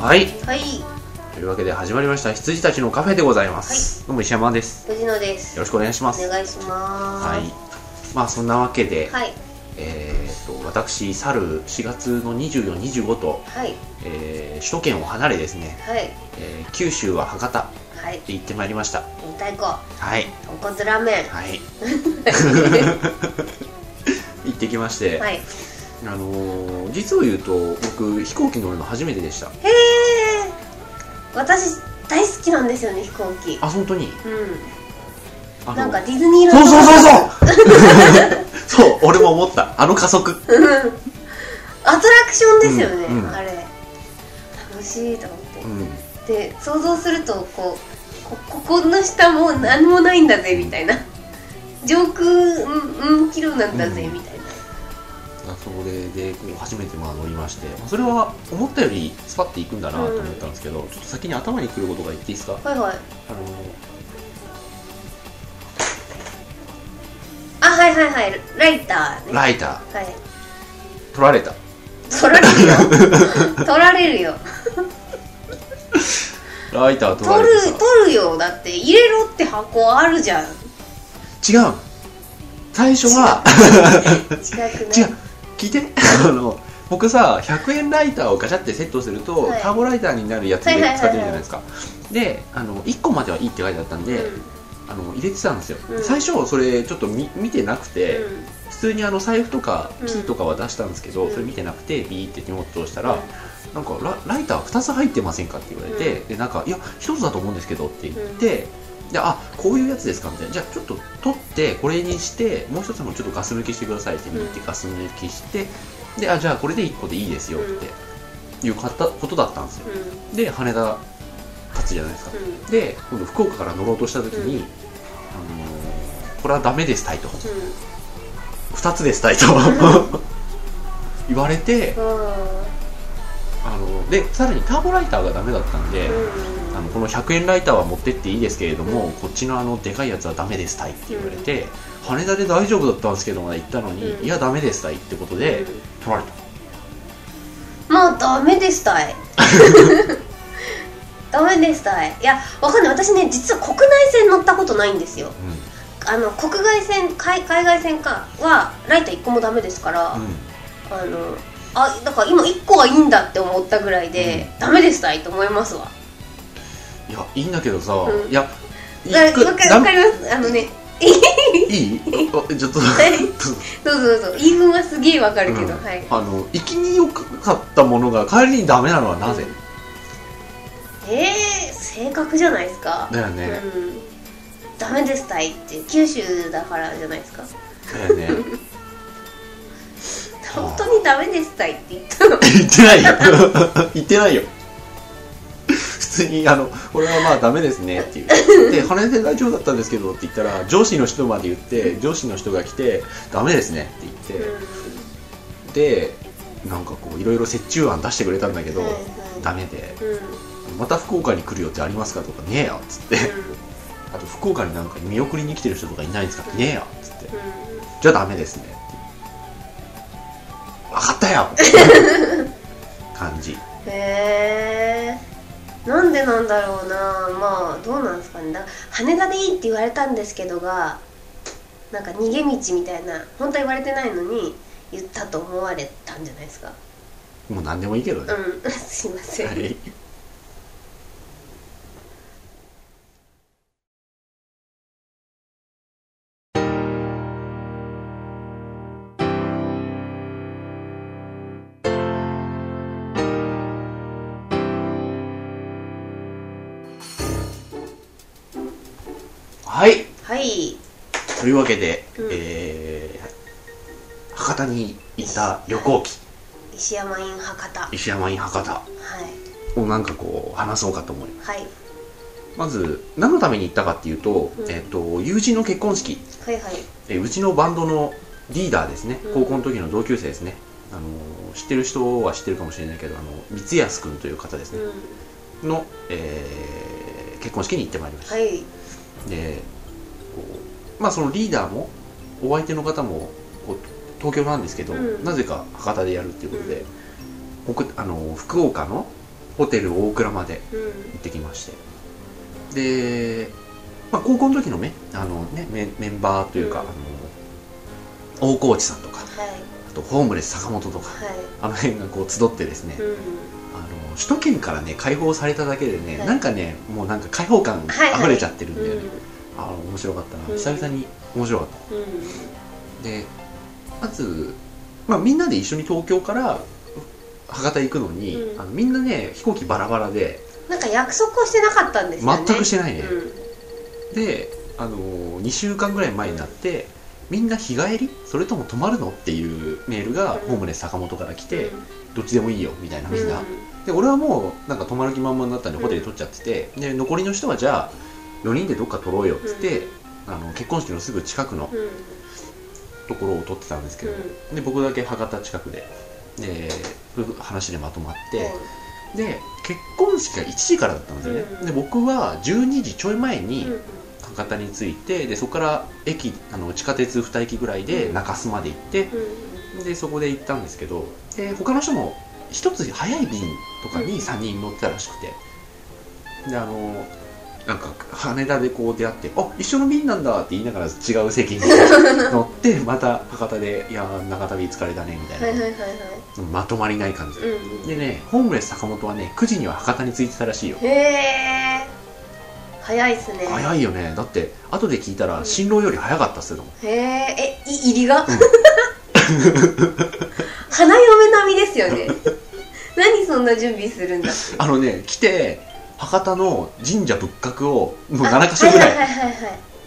はいはい、というわけで始まりました羊たちのカフェでございます、どうも石山です藤野です。よろしくお願いしまおす願いします。はいまあそんなわけで、はい、えー、と私去る4月の2425と、はい、えー首都圏を離れですね、はい、えー九州は博多はい、へ行ってまいりました明太子、はい豚骨ラーメン。 はい行ってきまして、はい。へあのー実を言うと僕飛行機乗るの初めてでしたえ。私大好きなんですよね飛行機。あ本当にうあのん。なんかディズニーラそンうド。そうそうそうそ う俺も思ったあの加速うんアトラクションですよね、うんうんあれ。楽しいと思って。うんで想像するとこうこここの下もう何もないんだぜみたいな上空うんうんキロなんだぜうんみたいな、あそこででこう初めてまあ乗りましてまあそれは思ったよりスパッていくんだなと思ったんですけど、ちょっと先に頭にくることが言っていいですかはいあはいのあはいはいはいライターねライタはいー取られた取られる よ取られるよライター取ら取れるてさ取るよだって入れろって箱ある じゃん違違う最初はくない違う聞いてあの僕さ100円ライターをガチャってセットすると、はいターボライターになるやつではいはいはいはい使ってるじゃないですか、であの1個まではいいって書いてあったんで、うんあの入れてたんですよ、うん最初それちょっと見見てなくて、うん普通にあの財布とかうんキーとかは出したんですけど、うんそれ見てなくてビーって手元をしたら、なんかラライター2つ入ってませんかって言われて、でなんかいや1つだと思うんですけどって言って、であこういうやつですかみたいなじゃあちょっと取ってこれにしてもう一つもちょっとガス抜きしてくださいって言ってうガス抜きしてであじゃあこれで1個でいいですよっていうことことだったんですようんで羽田発じゃないですかうんで今度福岡から乗ろうとした時に、うあんのーこれはダメですタイとうん2つですタイと 言われてあのでさらにターボライターがダメだったんで、あのこの100円ライターは持ってっていいですけれども、こっちのあのでかいやつはダメですたいって言われて、羽田で大丈夫だったんですけどまで行ったのに、うんいやダメですたいってことで、うん取られたもうダメでした いダメでしたいいやわかんない私ね実は国内線乗ったことないんですよあの国外線海海外線かはライター1個もダメですから、うん、うんあのあだから今1個はいいんだって思ったぐらいで、ダメでしたいと思いますわいやいいんだけどさ、うんいやいだくわかダわかメりますあのねい いおちょっとどうぞどうぞ言い分はすげえわかるけど、うんは いあの行きに良かったものが帰りにダメなのはなぜ、えー、性格じゃないですかだよね、うんダメでしたいって九州だからじゃないですかだよね本当にダメでしたいって言ったの言ってないよ言ってないよ普通にあの俺はまあダメですねっていうで羽田で大丈夫だったんですけどって言ったら上司の人まで言って上司の人が来てダメですねって言っうてでなんかこういろいろ折衷案出してくれたんだけど、はいはいダメでんうんまた福岡に来る予定ありますかとかねえよっつってあと福岡になんか見送りに来てる人とかいないんですかねえよっつってじゃあダメですね分かったよ感じうんへえなんでなんだろうなまあどうなんですかねだ羽田でいいって言われたんですけどがなんか逃げ道みたいな本当は言われてないのに言ったと思われたんじゃないですかもう何でもいいけどね、うん すいません、はいはい、はいというわけで、うんえー博多にいた旅行機石山院博多は石山院博多いをなんかこう話そうかと思いますはいまず何のために行ったかっていうと,、うんえっと友人の結婚式はいはいえうちのバンドのリーダーですねうん高校の時の同級生ですね、あの知ってる人は知ってるかもしれないけどあの光安くんという方ですうね、んの、えー結婚式に行ってまいりました、はいでこうまあそのリーダーもお相手の方もこう東京なんですけど、うんなぜか博多でやるっていうことで、僕あの福岡のホテル大倉までうん行ってきましてで、まあ、高校の時のねあのねメンメンバーというか、うんあの大河内さんとかはいあとホームレス坂本とかはあの辺がこう集ってですね、いうんあの首都圏からね解放されただけでね、はいなんかねもうなんか解放感はいはい溢れちゃってるんで、うんあの面白かったなうん久々に面白かっうんたでまず、まあ、みんなで一緒に東京から博多行くのに、うんあのみんなね飛行機バラバラでなんか約束をしてなかったんですよね全くしてないね、うんであのー2週間ぐらい前になって、みんな日帰りそれとも泊まるのっていうメールがうんホームレス坂本から来て、うんどっちでもいいよみたいなみんな、うんで俺はもうなんか泊まる気満々だったんでホテル取っちゃってて、で残りの人はじゃあ4人でどっか取ろうよっつって、あの結婚式のすぐ近くのうんところを取ってたんですけど、で僕だけ博多近くでで話でまとまって、で結婚式が1時からだったんですよね、うんで僕は12時ちょい前に、うんうん博多に着いてでそこから駅あの地下鉄2駅ぐらいで中洲まで行ってでそこで行ったんですけどで他の人も一つ早い便とかうにん3人乗ってたらしくてであのなんか羽田でこう出会って「あ一緒の便なんだ」って言いながら違う席に乗って また博多で「いやー長旅疲れたね」みはたいいはいな、はいはいまとまりない感じうで、んうんでねホームレス坂本はね9時には博多に着いてたらしいよへえ早いっすね早いよねだって後で聞いたうらん新郎より早かったっすよへええい入りが花嫁並みですよね何そんな準備するんだってあのね、来て、博多の神社仏閣を、もうあ7か所ぐら、はいいはいはいはい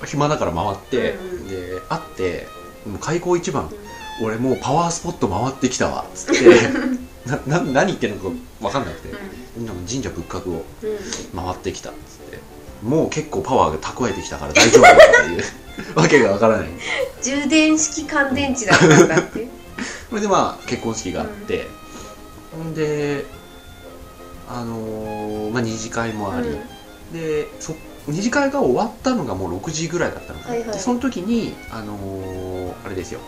暇だから回って、うんで、会って、もう開口一番、う俺もうパワースポット回ってきたわ、つって、 なな何言ってるのか分かんなくて、でも神社仏閣をんうん回ってきた、つって、もう結構パワーが蓄えてきたから大丈夫だっていう、 わけがわからない。充電式乾電池だったんだってそれでまあ結婚式があって、ん、で、あのーまあ二次会もあり、うんでそ二次会が終わったのがもう6時ぐらいだったのかな、はいはいでその時にあのーあれですよ、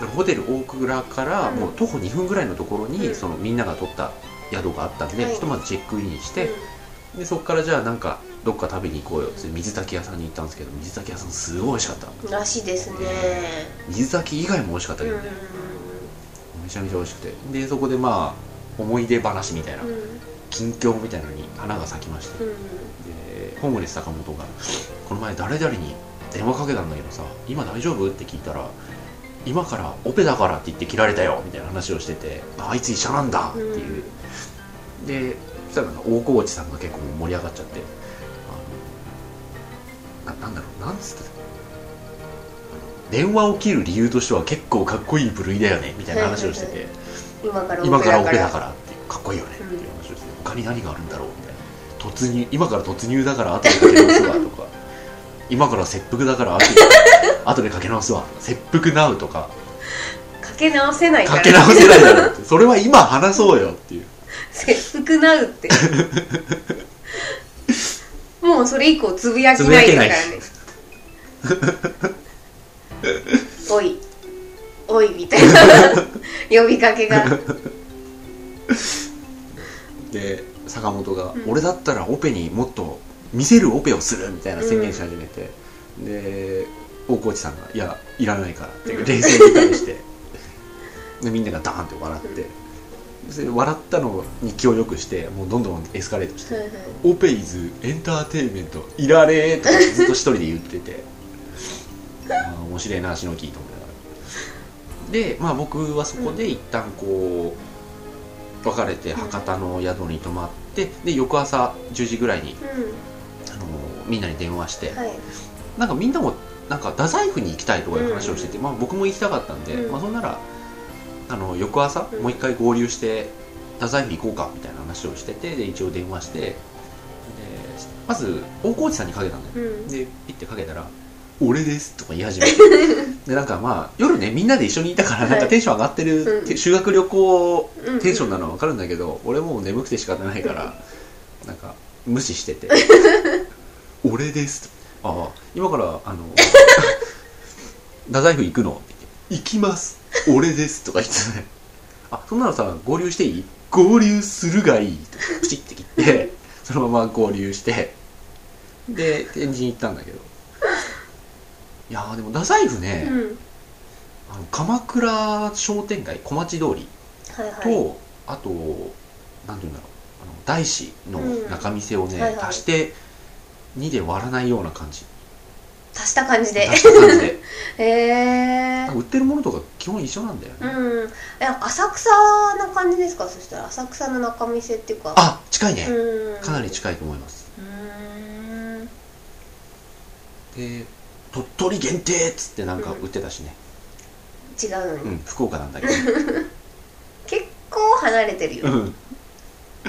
あのーホテル大倉からうんもう徒歩2分ぐらいのところに、うんそのみんなが取った宿があったんで、はいひとまずチェックインして、でそこからじゃあなんかどっか食べに行こうよっつって水炊き屋さんに行ったんですけど水炊き屋さんすごい美味しかったうんらしいですね水炊き以外も美味しかったうんけど、ねめちゃめちゃ美味しくてでそこでまあ思い出話みたいな、うん近況みたいなのに花が咲きましてうんでホームレス坂本が「この前誰々に電話かけたんだけどさ今大丈夫?」って聞いたら「今からオペだから」って言って切られたよみたいな話をしてて「あいつ医者なんだ」っていう、でそしたらなんか大河内さんが結構盛り上がっちゃってあのななんだろうなんつってた電話を切る理由としては結構かっこいい部類だよねみたいな話をしてはいはて今今からからオペだだかかららってかっこいいよねってうんいう話をして、他に何があるんだろうみたいな突入今から突入だから後でかけ直すわとか今から切腹だ から後で後でかけ直すわ切腹なうとかかけ直せないからかけ直せないだろうってそれは今話そうよっていう 切腹なうってもうそれ以降つぶやきないですからねおいおいみたいな呼びかけ がで坂本が、うん俺だったらオペにもっと見せるオペをするみたいな宣言し始めて、で大河内さんが「いやいらないから」ってうん 冷静に対してでみんながダーンって笑って、それで笑ったのに気を良くしてもうどんどんエスカレートして「オペイズエンターテインメントいられー」とかずっと一人で言っててあー面白いなしのきと思いながらでまあ僕はそこで一旦こう別れてうん博多の宿に泊まってで翌朝10時ぐらいに、うあのーみんなに電話して、んはいなんかみんなもなんか太宰府に行きたいとかいう話をしてて、まあ、僕も行きたかったんで、うんまあ、そんならあの翌朝うんもう一回合流して太宰府行こうかみたいな話をしててで一応電話してでまず大河内さんにかけたんだようんでピッてかけたら「俺です」とか言い始めて でなんかまあ夜ねみんなで一緒にいたからなんはかいテンション上がってる、うんて修学旅行うんテンションなのは分かるんだけど俺もう眠くて仕方ないからなんか無視 してて「俺です」ああ今から あの「太宰府行くの?」って言って「行きます俺です」とか言ってねあそんなのさ合流していい合流するがいいとプチって切 ってそのまま合流してで天神行ったんだけどいやーでも太宰府ね、うんあの鎌倉商店街小町通りはいはいと、あとなんていうんだろうあの大師の仲見世をね、うんはいはい足して2で割らないような感じ足した感じで出した感じ でへえ売ってるものとか基本一緒なんだよね、うんえ浅草な感じですかそしたら浅草の仲見世っていうかあ近いね、うんかなり近いと思いますうーんで鳥取限定っつってなんか売ってたしね、違うのうに、ん福岡なんだけど、結構離れてるよ、うん、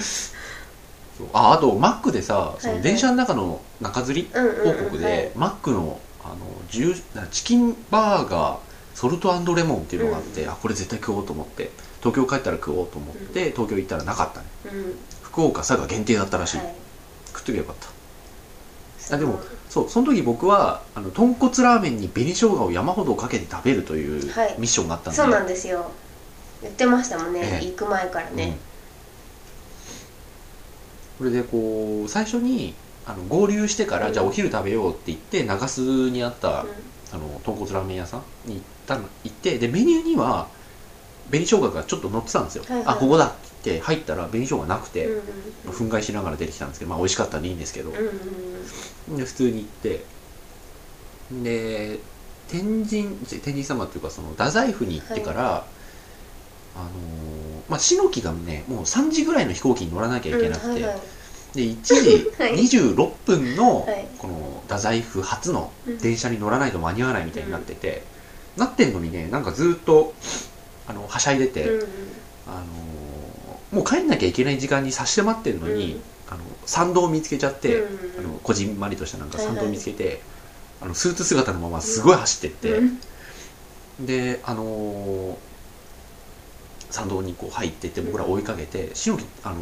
そうああとマックでさそはいのはい電車の中の中吊りうんうん王うん国はいでマックのあの自由なチキンバーガーソルトレモンっていうのがあって、あこれ絶対食おうと思って東京帰ったら食おうと思って、東京行ったらなかったねうん福岡佐賀限定だったらしい、はい食っときゃよかったそのあでもそうその時僕はあの豚骨ラーメンに紅生姜を山ほどかけて食べるというはいミッションがあったんで、そうなんですよ言ってましたもんね、ええ行く前からうんね、これでこう最初にあの合流してから、うんじゃあお昼食べようって言って長洲にあった、うんあの豚骨ラーメン屋さんに行ったの行ってでメニューには紅生姜がちょっと乗ってたんですよ、はいはいあここだって言って入ったら紅生姜なくて、うん憤慨しながら出てきたんですけどまあ美味しかったんでいいんですけど、うんうんうんで普通に行ってで天神天神様っていうかその太宰府に行ってから、あのーまあ篠木がねもう3時ぐらいの飛行機に乗らなきゃいけなくて、うんはいはいで1 い時26分のはいこの太宰府初のうん電車に乗らないと間に合わないみたいになってて、なってんのにねなんかずっとあのはしゃいでて、うんうんあのーもう帰んなきゃいけない時間に差し迫ってんのに、うんあの参道を見つけちゃって、うんあのこじんまりとしたなんかはいはい参道を見つけて、あのスーツ姿のまますごい走ってって、うんであのー参道にこう入ってって僕ら追いかけて「しのきあの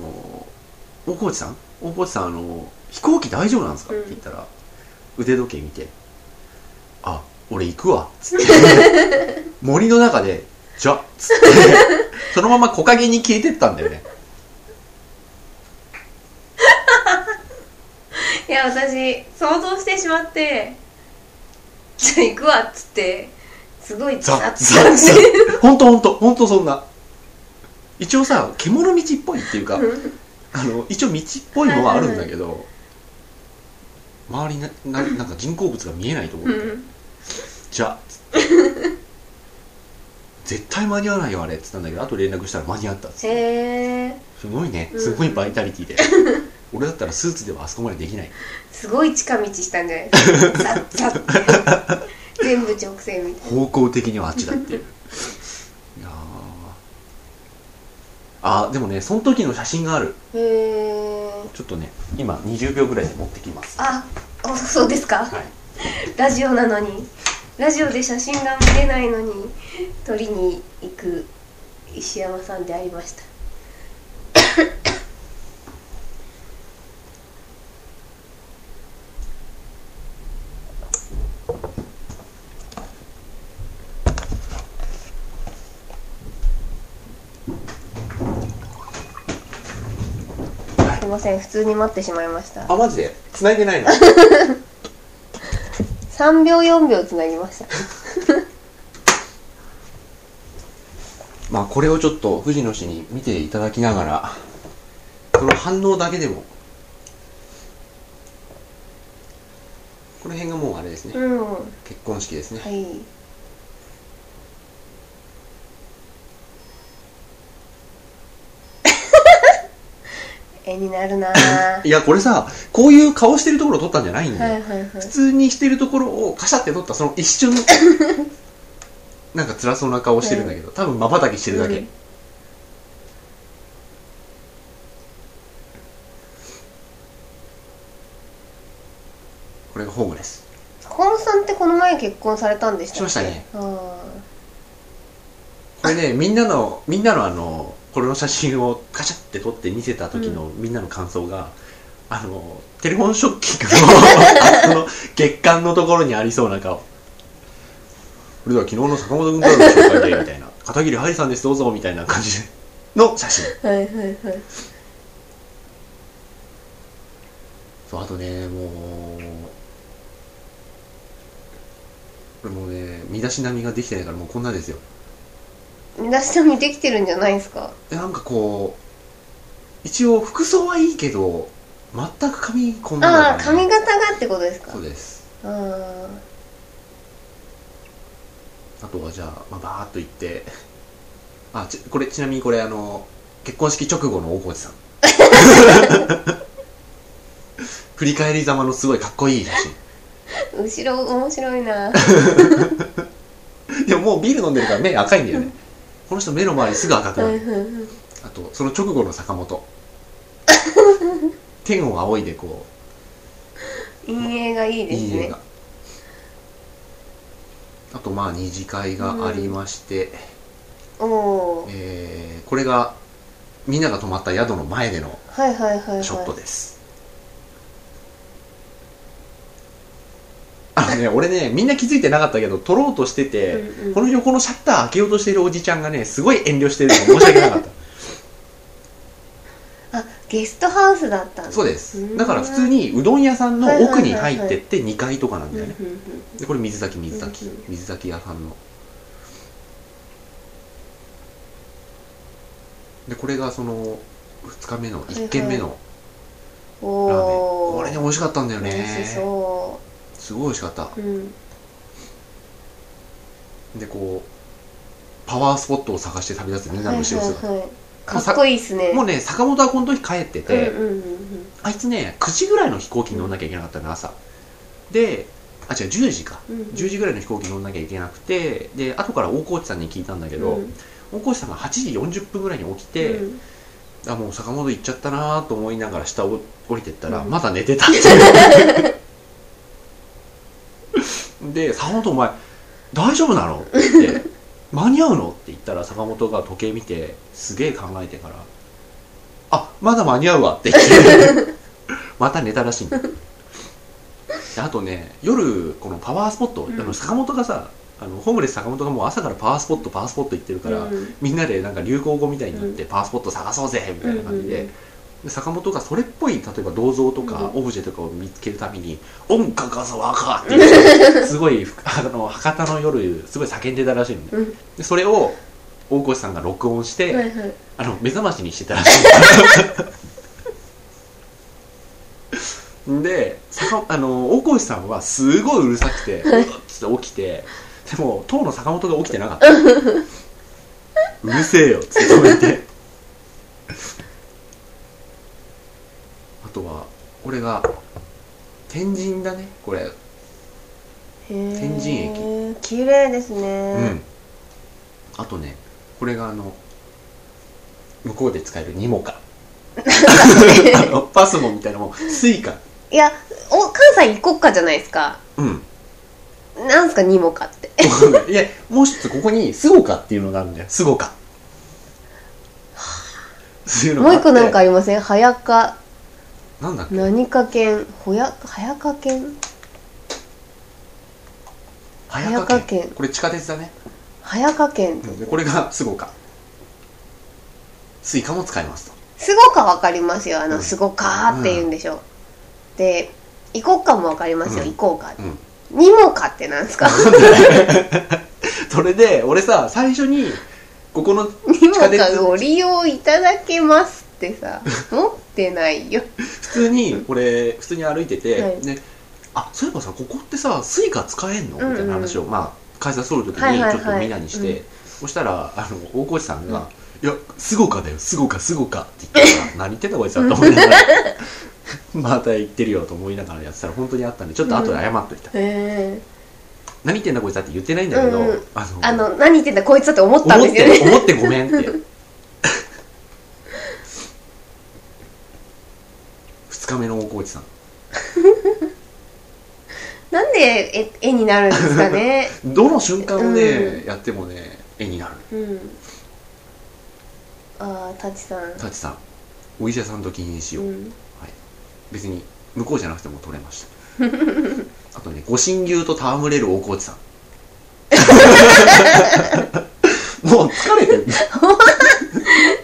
ー大河内さん大河内さん、あのー飛行機大丈夫なんですか?」って言ったら、腕時計見て「あ俺行くわ」っつって 森の中で「じゃっ」つ ってそのまま木陰に消えてったんだよねいや私想像してしまってじゃあ行くわっつってすごいザッザッザ ッザッほんとほんとほんとそんな一応さ獣道っぽいっていうか、うんあの一応道っぽいのはあるんだけど、周りになななんか人工物が見えないと思っ うて、んじゃあつって絶対間に合わないよあれっつったんだけどあと連絡したら間に合ったっつってへえすごいねうんすごいバイタリティ で、俺だったらスーツではあそこまでできないすごい近道したんじゃないですかザッザ ッって全部直線みたい方向的にはあっちだっていうい やーあーでもねその時の写真があるなへえちょっとね今20秒ぐらいで持ってきますあおそうですか、はいラジオなのにラジオで写真が見れないのに撮りに行く石山さんでありましたすいません普通に待ってしまいましたあマジで繋いでないの3秒4秒つなぎましたまあこれをちょっと藤野氏に見ていただきながらこの反応だけでもこの辺がもうあれですねうんは結婚式ですね、い 絵になるなぁはいやこれさこういう顔してるところを撮ったんじゃないんいだよ、はいはい普通にしてるところをカシャって撮ったその一瞬 なんか辛そうな顔してるんだけど多分まばたきしてるだけ、うんこれがホームレス坂本さんってこの前結婚されたんでしたっけしましたねあこれねみんなのみんなのあのこれの写真をカシャって撮って見せた時の、みんなの感想があのテレフォンショッキングのあの月間のところにありそうな顔これでは昨日の坂本君からの紹介でみたいな 片桐はいりさんですどうぞみたいな感じの写真はいはいはいそうあとねもうもうね身だしなみができてないからもうこんなですよ身だしなみできてるんじゃないですかでなんかこう一応服装はいいけど全く髪こんなああんだからね髪型がってことですかそうですあああとはじゃあ、まあ、バーっと行ってあちこれちなみにこれあの結婚式直後の大河 内さん振り返りざまのすごいかっこいい写真ー後ろ面 白いなでももうビール飲んでるから目赤いんだよね。この人目の周りすぐ赤くはないる。はいはいあと、その直後の坂 本。天を仰いでこ、陰影がいいうでいすいね映画。あと、まあ、二次会がありまして、おおーえー、これが、みんなが泊まった宿の前でのはいはいはいはいショットです。あのね、俺ね、みんな気づいてなかったけど、撮ろうとしてて、うんうんこの横のシャッター開けようとしているおじちゃんがね、すごい遠慮してるの申し訳なかった。あゲストハウスだったんだそうでです。だから普通にうどん屋さんの奥に入ってって2階とかなんだよね。で、これ水炊き、水炊きうん。水炊き屋さんの。で、これがその2日目のいはい1軒目のおラーメン。おこれね、美味しかったんだよ美ね。味しそすごい美味しかった。ううんで、こう、パワースポットを探して旅立つみんなの後ろ姿。はいはいはいかっこいいっすねもうね、坂本はこの時帰ってて、うんうんうんあいつね、9時ぐらいの飛行機に乗んなきゃいけなかったの、朝。で、あ、違う、10時か。うんうん10時ぐらいの飛行機に乗んなきゃいけなくて、で、後から大河内さんに聞いたんだけど、うん大河内さんが8時40分ぐらいに起きて、うんあ、もう坂本行っちゃったなと思いながら下を降りてったら、うんまだ寝てたっていう。 で、坂本お前、大丈夫なのって言って、間に合うのって言ったら、坂本が時計見て、すげえ考えてから、あ、まだ間に合うわって言って、 また寝たらしいんだ。であとね、夜、このパワースポット、うんあの坂本がさ、あのホームレス坂本がもう朝からパワースポット、パワースポット行ってるから、うんみんなでなんか流行語みたいになって、パワースポット探そうぜみたいな感じで,、うんうんで坂本がそれっぽい例えば銅像とかうオブジェとかを見つけるために「音楽がさわか!」って言ってすごいあの博多の夜すごい叫んでたらしいのうんでそれを大越さんが録音して、はいはいあの目覚ましにしてたらしいで坂あの大越さんはすごいうるさくてうわっつって起きてでも当の坂本が起きてなかったうるせえよっつって止めてあとは俺が天神だねこれ天神駅綺麗ですうねん、あとねこれがあの向こうで使えるニモ カあのパスモみたいなもんスイカいやお関西行こっかじゃないですかうんなんすかにもかっていやもう一つここにスゴカっていうのがあるんだよスゴカそういうのもがあうっ一て個なんかありません早かなんだっけ何か犬ほや早か犬早早川川県県これ地下鉄だね早か犬うんでこれがスゴカスイカも使えますとすごかわかりますよあうのんすごかーって言うんでしょ、で行こっかもわかりますよ、うん行こうか、うんにもかってなんですか それで俺さ最初にここの にも地下鉄かご利用いただけますってさ持ってないよ普通にこれ普通に歩いてて、はいねあそういえばさここってさスイカ使えんのみうんうんたいな話を、まあ会社する時はいにはいはいちょっとみんなにして、うそしたらあの大河内さんうんが「いやすごかだよすごかすごか」って言 ったから何言ってんだこいつはと思いながら また言ってるよと思いながらやってたら本当にあったんでちょっと後で謝っといた、へえ何言ってんだこいつはって言ってないんだけど、うんうんあのあの何言ってんだこいつだって思ったん思でっすよてね思ってごめんって 二日目の大河内さんなんで絵絵になるんですかね どの瞬間をね、うやってもね絵になるうんああタチさん舘さんお医者さんと禁煙しよう、うん別に向こうじゃなくても撮れました あとねご神牛と戯れる大河内さんもう疲れてる。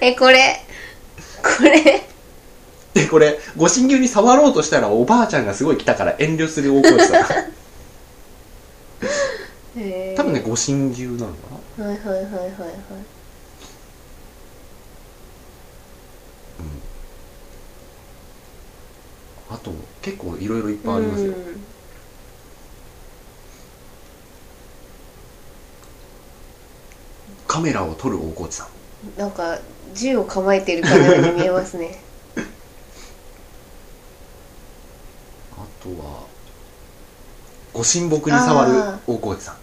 えこれこれで、これ、ご神牛に触ろうとしたらおばあちゃんがすごい来たから遠慮する大河 内さん。へー多分ね、ご神牛なのかなはいはいはいはいはいあと、結構いろいろいっぱいありますよ。うんカメラを撮る大河内さん。なんか銃を構えてるかのように見えま すねあとは、ご神木に触るあ大河内さん。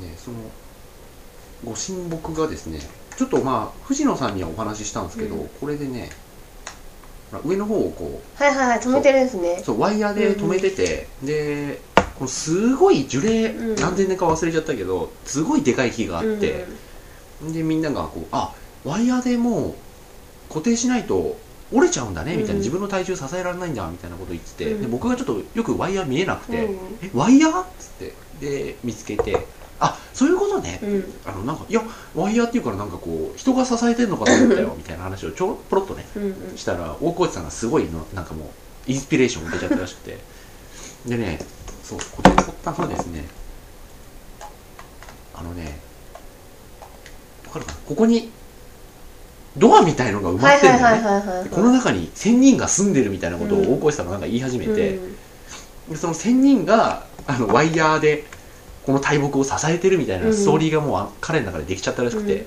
でね、その、ご神木がですね、ちょっとまあ、藤野さんにはお話ししたんですけど、うんこれでね、ほら上の方をこはいはいはい止めてるんですう、ねそう、ワイヤーで止めてて、で、このすごい樹齢、うん何千年か忘れちゃったけど、すごいでかい木があって、でみんながこうあワイヤーでもう固定しないと折れちゃうんだねみたいな、うん自分の体重支えられないんだみたいなこと言ってて、うんで僕がちょっとよくワイヤー見えなくうんて「えワイヤー?」っつってで見つけて「あそういうことね」うん、うんあのなんか「いやワイヤーっていうからなんかこう人が支えてんのかと思ったよ」みたいな話をちょろポロっとねうんうんしたら大河内さんがすごいのなんかもうインスピレーションを受けちゃったらしくてでねそうこれの発端はですねあのねわかるかなここにドアみたいのが埋まはっいてはるいのね、はいはいはいはいでこの中に1000人が住んでるみたいなことをうん大河内さんがなんか言い始めて、うんでその1000人があのワイヤーでこの大木を支えてるみたいなストーリーがもうあ彼の中でできちゃったらしくて、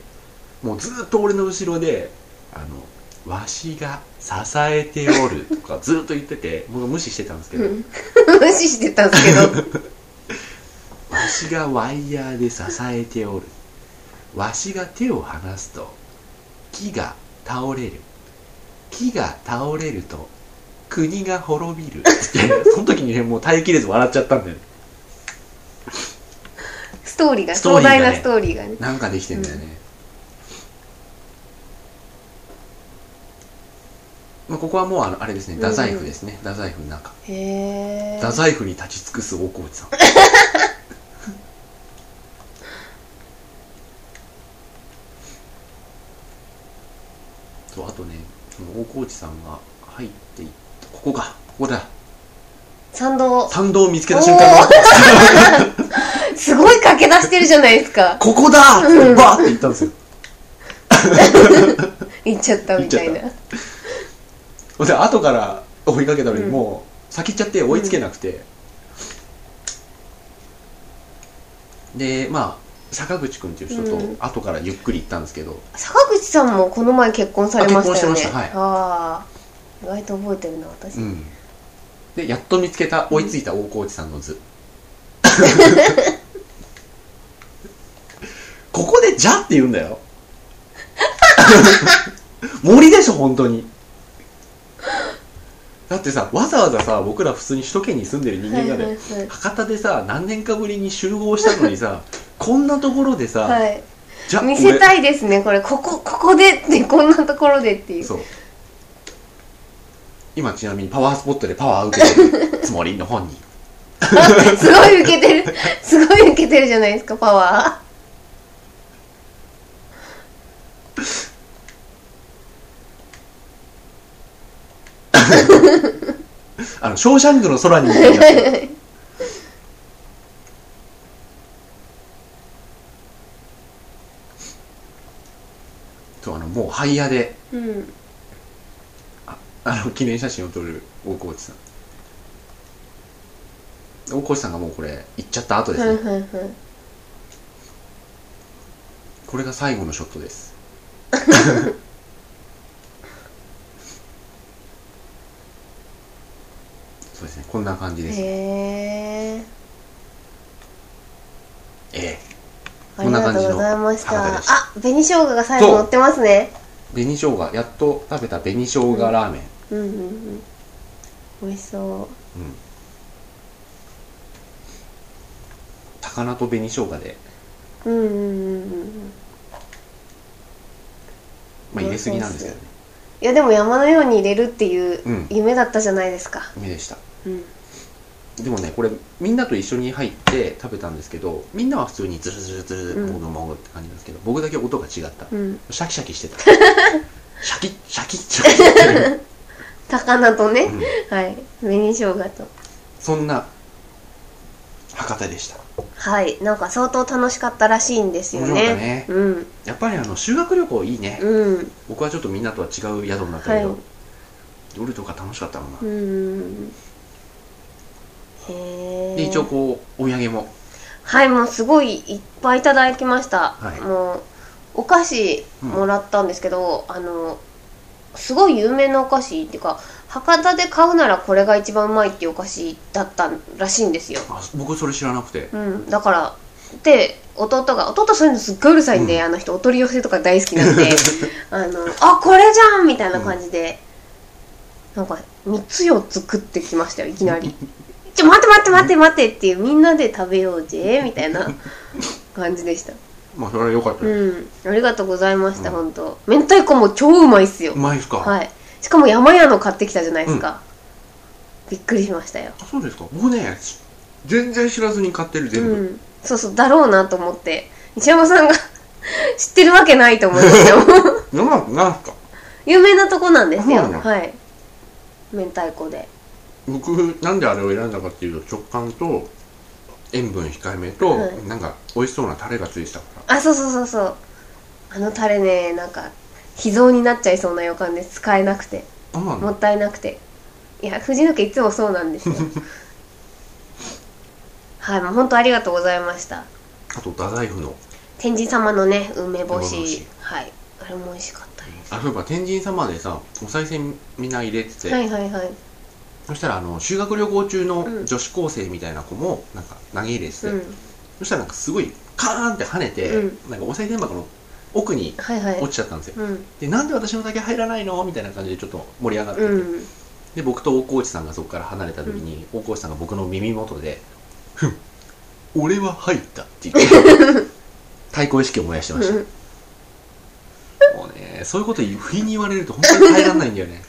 もうずっと俺の後ろで「あのわしが支えておる」と かずっと言ってて僕は無視してたんですけど、うん無視してたんですけ どわしがワイヤーで支えておるわしが手を離すと木が倒れる木が倒れると国が滅 びるってその時にねもう耐えきれず笑っちゃったんだよねストーリーがストー壮リーがね大なストーリーがねなんかできてんだよね、まあ、ここはもうあのあれですね太宰府ですね、太宰府の中へえ太宰府に立ち尽くす大河内さ んそうあとねその大河内さんが入っていったここかここだ参道参道を見つけた瞬間 がすごい駆け出してるじゃないですかここだっうてんバーって言ったんですよ行っちゃったみたいなそれで後から追いかけたのにもう先行っちゃって追いつけなくて、でまあ坂口君っていう人うんと後からゆっくり行ったんですけど、坂口さんもこの前結婚されましたよあね結婚してましたああ意外と覚えてるな私、うん、でやっと見つけた追いついた大河内さんの図、 ここで「じゃ」って言うんだ よ森でしょ本当にだってさわざわざさ僕ら普通に首都圏に住んでる人間がね、はいはい博多でさ何年かぶりに集合したのに さこんなところでさ、はい、はいじゃ見せいたいですねこれここここでってこんなところでっていうそう今ちなみにパワースポットでパワー受けてるつもりの本人 すごい受けてるすごい受けてるじゃないですかパワあの、ショーシャンクの空にみたいな。そう、あの、もう、ハイヤで、ーうんあの、記念写真を撮る大河内さん。大河内さんがもうこれ、行っちゃった後ではいすね。はいはいこれが最後のショット です。そうですね、こんな感じです。えへええ。あこりんなが感じとうごのざいました博多でしたあ紅生姜が最後そう乗ってますね紅生姜、やっと食べた紅生姜ラーメン。うんうんうん美味しそううん高菜と紅生姜で、うんうんうんうんうんまあ、入れすぎなんですけどねいやでも山のように入れるっていううん夢だったじゃないですか、夢でしたうんでもねこれみんなと一緒に入って食べたんですけどみんなは普通にズルズルズルうんもぐもぐって感じなんですけど、僕だけ音が違ったうんシャキシャキ してたシャキシャキシャキって、高菜とうねん、はい紅生姜とそんな博多でしたはいなんか相当楽しかったらしいんですよ面白かったねねうんやっぱりあの修学旅行いいね、うん僕はちょっとみんなとは違う宿になったけど、はい夜とか楽しかったもんな、うんへえで一応こうお土産もはいもうすごいいっぱいいただきました、はいもうお菓子もらったんですけど、あのすごい有名なお菓子っていうか博多で買うならこれが一番うまいっていうお菓子だったらしいんですよ、あ僕それ知らなくてうん、だからで弟が弟そういうのすっごいうるさいんで、うんあの人お取り寄せとか大好きなんであのあこれじゃんみたいな感じで、なんか3つ4つ食ってきましたよいきなりちょ待って待って待って待ってっていうみんなで食べようぜみたいな感じでしたまあそれは良かったうです、んありがとうございました、うんほんと、本当明太子も超うまいっすよう、まいっすか、はいしかも山屋の買ってきたじゃないですか、びっくりしましたよあそうですか僕ね全然知らずに買ってる全部、うん、そうそうだろうなと思って西山さんが 知ってるわけないと思いま すよなんなんすか有名なとこなんですよあそうなのはい明太子で僕なんであれを選んだかっていうと直感と塩分控えめと、はいなんか美味しそうなタレがついてたからあそうそうそうそうあのタレねなんか秘蔵になっちゃいそうな予感で使えなくてあまあ、もったいなくていや藤野家いつもそうな んですよはいもう本当ありがとうございましたあと太宰府の天神様のね梅干し梅干しはいあれも美味しかったですあそういえば天神様でさお賽銭みんな入れてて、はいはいはいそしたらあの修学旅行中うのん女子高生みたいな子もなんか投げ入れてて、うんそしたらなんかすごいカーンって跳ねて、うなんかお賽銭箱の奥にはいはい落ちちゃったんですよ、うんでなんで私のだけ入らないのみたいな感じでちょっと盛り上がってて、うんで僕と大河内さんがそこから離れた時に、大河内さんが僕の耳元で「ふん俺は入った」って 言って対抗意識を燃やしてましたうんもうねそういうこと不意に言われると本当に耐えられないんだよね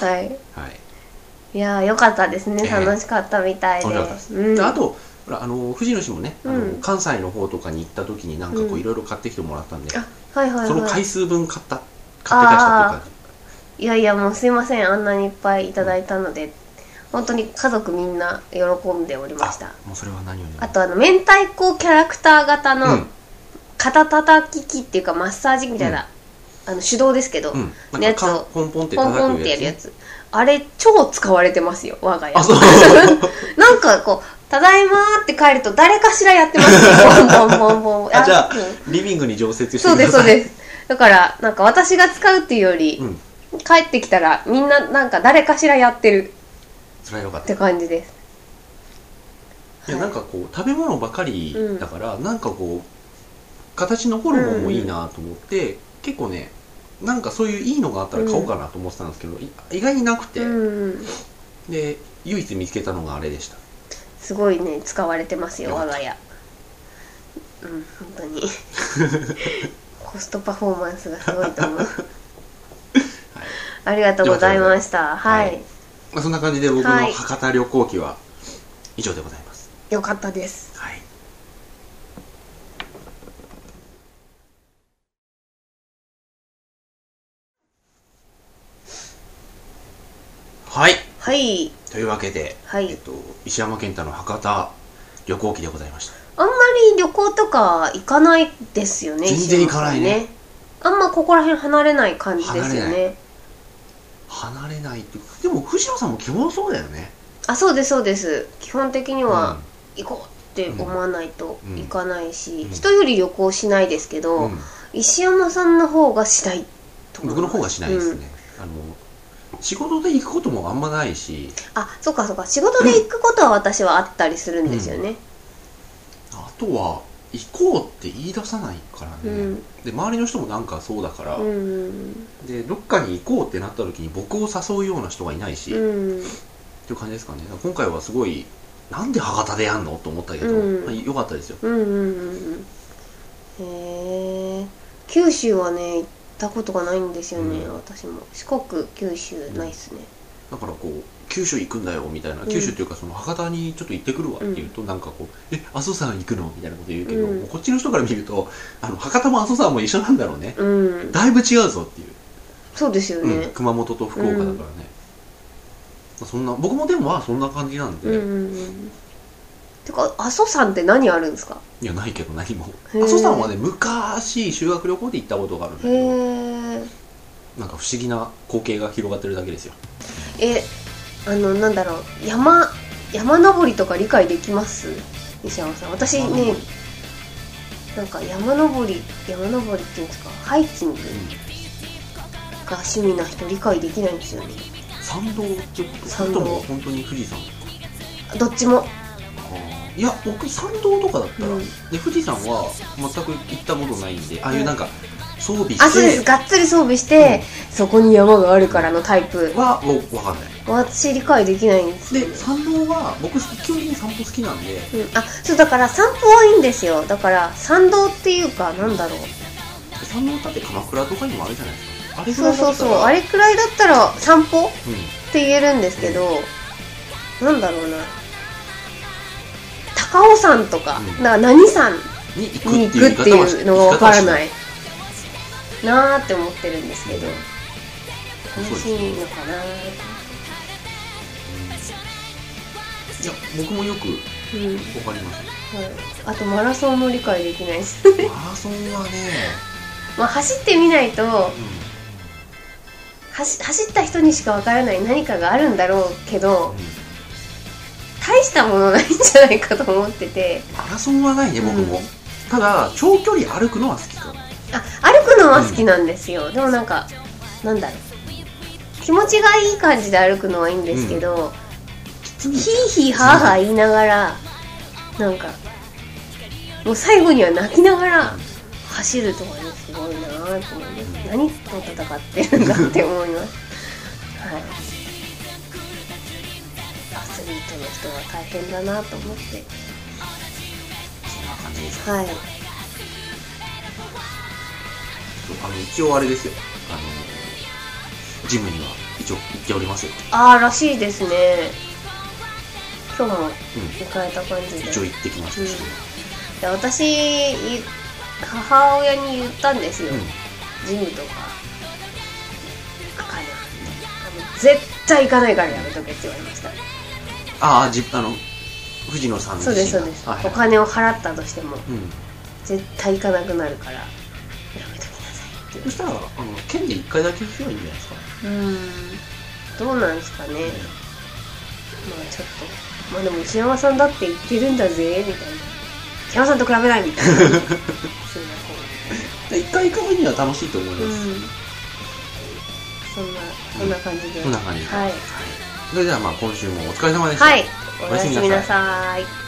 はい。はい、いやー、良かったですね。ええ楽しかったみたいで。面白かったですうん。であとほらあの藤野氏もね、あうのん関西の方とかに行った時になんかこううんいろいろ買ってきてもらったんで、あはいはいそのは回い。数分買った買って出したっていうかいやいや、もうすいません。あんなにいっぱいいただいたので、本当に家族みんな喜んでおりました。もうそれは何よりもあと、あの、明太子キャラクター型うのん肩叩き機っていうかマッサージみたいな、あの、手動ですけど、うんのなんやつかをかポンポンってポン叩くポンってやるねやつ。あれ、超使われてますよ、我が家。あそうなんかこう、ただいまーって帰ると誰かしらやっ てますよ。ポンポンポンポン。あじゃあうんリビングに常設してそうくでだすそうさい ですだからなんか私が使うっていうより、うん帰ってきたらみんななんか誰かしらやってるそれはよかっったて感じですいやなんかこう食べ物ばかりうんだから、なんかこう形残るものもいいなと思って、結構ねなんかそういういいのがあったら買おうかなと思ってたんですけど、い意外になくて、うんで唯一見つけたのがあれでしたすごいね使われてますよよか我ったが家うん本当 にコストパフォーマンスがすごいと思う、ありがとうございましたはい、はいまあ、そんな感じで僕のはい博多旅行記は以上でございますよかったですはいはいはいというわけで、はいえっと、石山健太の博多旅行記でございましたあんまり旅行とか行かないですよね全然行かないね石山さんねあんまここら辺離れない感じですよ離れね離れないってでも藤野さんも基本そうだよねあそうですそうです基本的にはう行こうって思わないとうん行かないし、うん人より旅行しないですけど、ん、うん石山さんの方がしたいと思いま僕すの方がしないですね、あの仕事で行くこともあんまないしうんあそうかそうか仕事で行くことは私はあったりするんですよねあとは行こうって言い出さないからね、うんで周りの人もなんかそうだから、うんうんでどっかに行こうってなった時に僕を誘うような人がいないし、っうんていう感じですかねだから今回はすごいなんで博多でやんのと思ったけど、うんまあよかったですようんうんうんへえ九州はね行ったことがないんですよね、うん私も四国九州ないっすねだからこう九州行くんだよみたいな、九州っていうかその博多にちょっと行ってくるわって言うと、なんかこう「え阿蘇山行くの?」みたいなこと言うけど、うんもうこっちの人から見るとあの博多も阿蘇山も一緒なんだろうね、うんだいぶ違うぞっていう、そうですようんね、熊本と福岡だからね、まあそんな僕もでもまあそんな感じなんで、うんうんうんてか阿蘇山って何あるんですかいやないけど何もへー阿蘇山はね昔修学旅行で行ったことがあるんだけへどえなんか不思議な光景が広がってるだけですよえあのなんだろう山山登りとか理解できます西山さん私まあでねもなんか山登り山登りっていうんですかハイキングが趣味な人理解できないんですよね参道ってことそ参れ道とも本当に富士山どっちもいや僕参道とかだったら、うんで富士山は全く行ったことないんでああいうなんか装備あそうですしてがっつり装備して、そこに山があるからのタイプはもう分かんない私理解できないんですよねで参道は僕基本的に散歩好きなんでうん、あそうだから散歩はいいんですよだから参道っていうかなんだろう参道だって鎌倉とかにもあるじゃないですかあれぐそらういだそうったそらうあれくらいだったら散歩うんって言えるんですけど、なんだろうな高尾山とか,、うんなんか何山に行くにっ行ていくうって言い方はし。いうのがわからないいなーって思ってるんです言けい方どはし楽しいのかなないうんいや、僕もよくうん、はい、わかります。あとマラソンも理解できないです マラソンはね、まあ走ってみないとう走走った人にしかわからない何かがあるんだろうけどんうん大したものないんじゃないかと思っててマラソンはないね、僕もうん。ただ、長距離歩くのは好きかな。あ歩くのは好きなんですよ、でもなんかなんだろう気持ちがいい感じで歩くのはいいんですけど、ヒーヒーハーハー言いながらなんかもう最後には泣きながら走るとかねすごいなぁと思います何と戦ってるんだって思い ますはいアスリートの人は大変だなと思ってそんな感じです。はいあの、一応あれですよ。あの、ジムには一応行っておりますよ。ああらしいですね今日もうん。迎えた感じで一応行ってきましたし。で私い母親に言ったんですよ、うん。ジムとか行くかなあの絶対行かないからやめとけって言われましたああ、じ、あの、藤野さん自そう身ですがそうです、はいお金を払ったとしてもうん。絶対行かなくなるからやめときなさいって言わそれしたら、あの、県で一回だけ行けばいいんじゃないですか。たうんどうなんですかねまあちょっとまあでも石山さんだって行ってるんだぜみたいな石山さんと比べないみた いなそんなこ、一回行く分には楽しいと思いううまんす、、そんなそんな感じで、こんな感じではいそれではまあ今週もお疲れ様でした、はい、おおややすすみみななさい。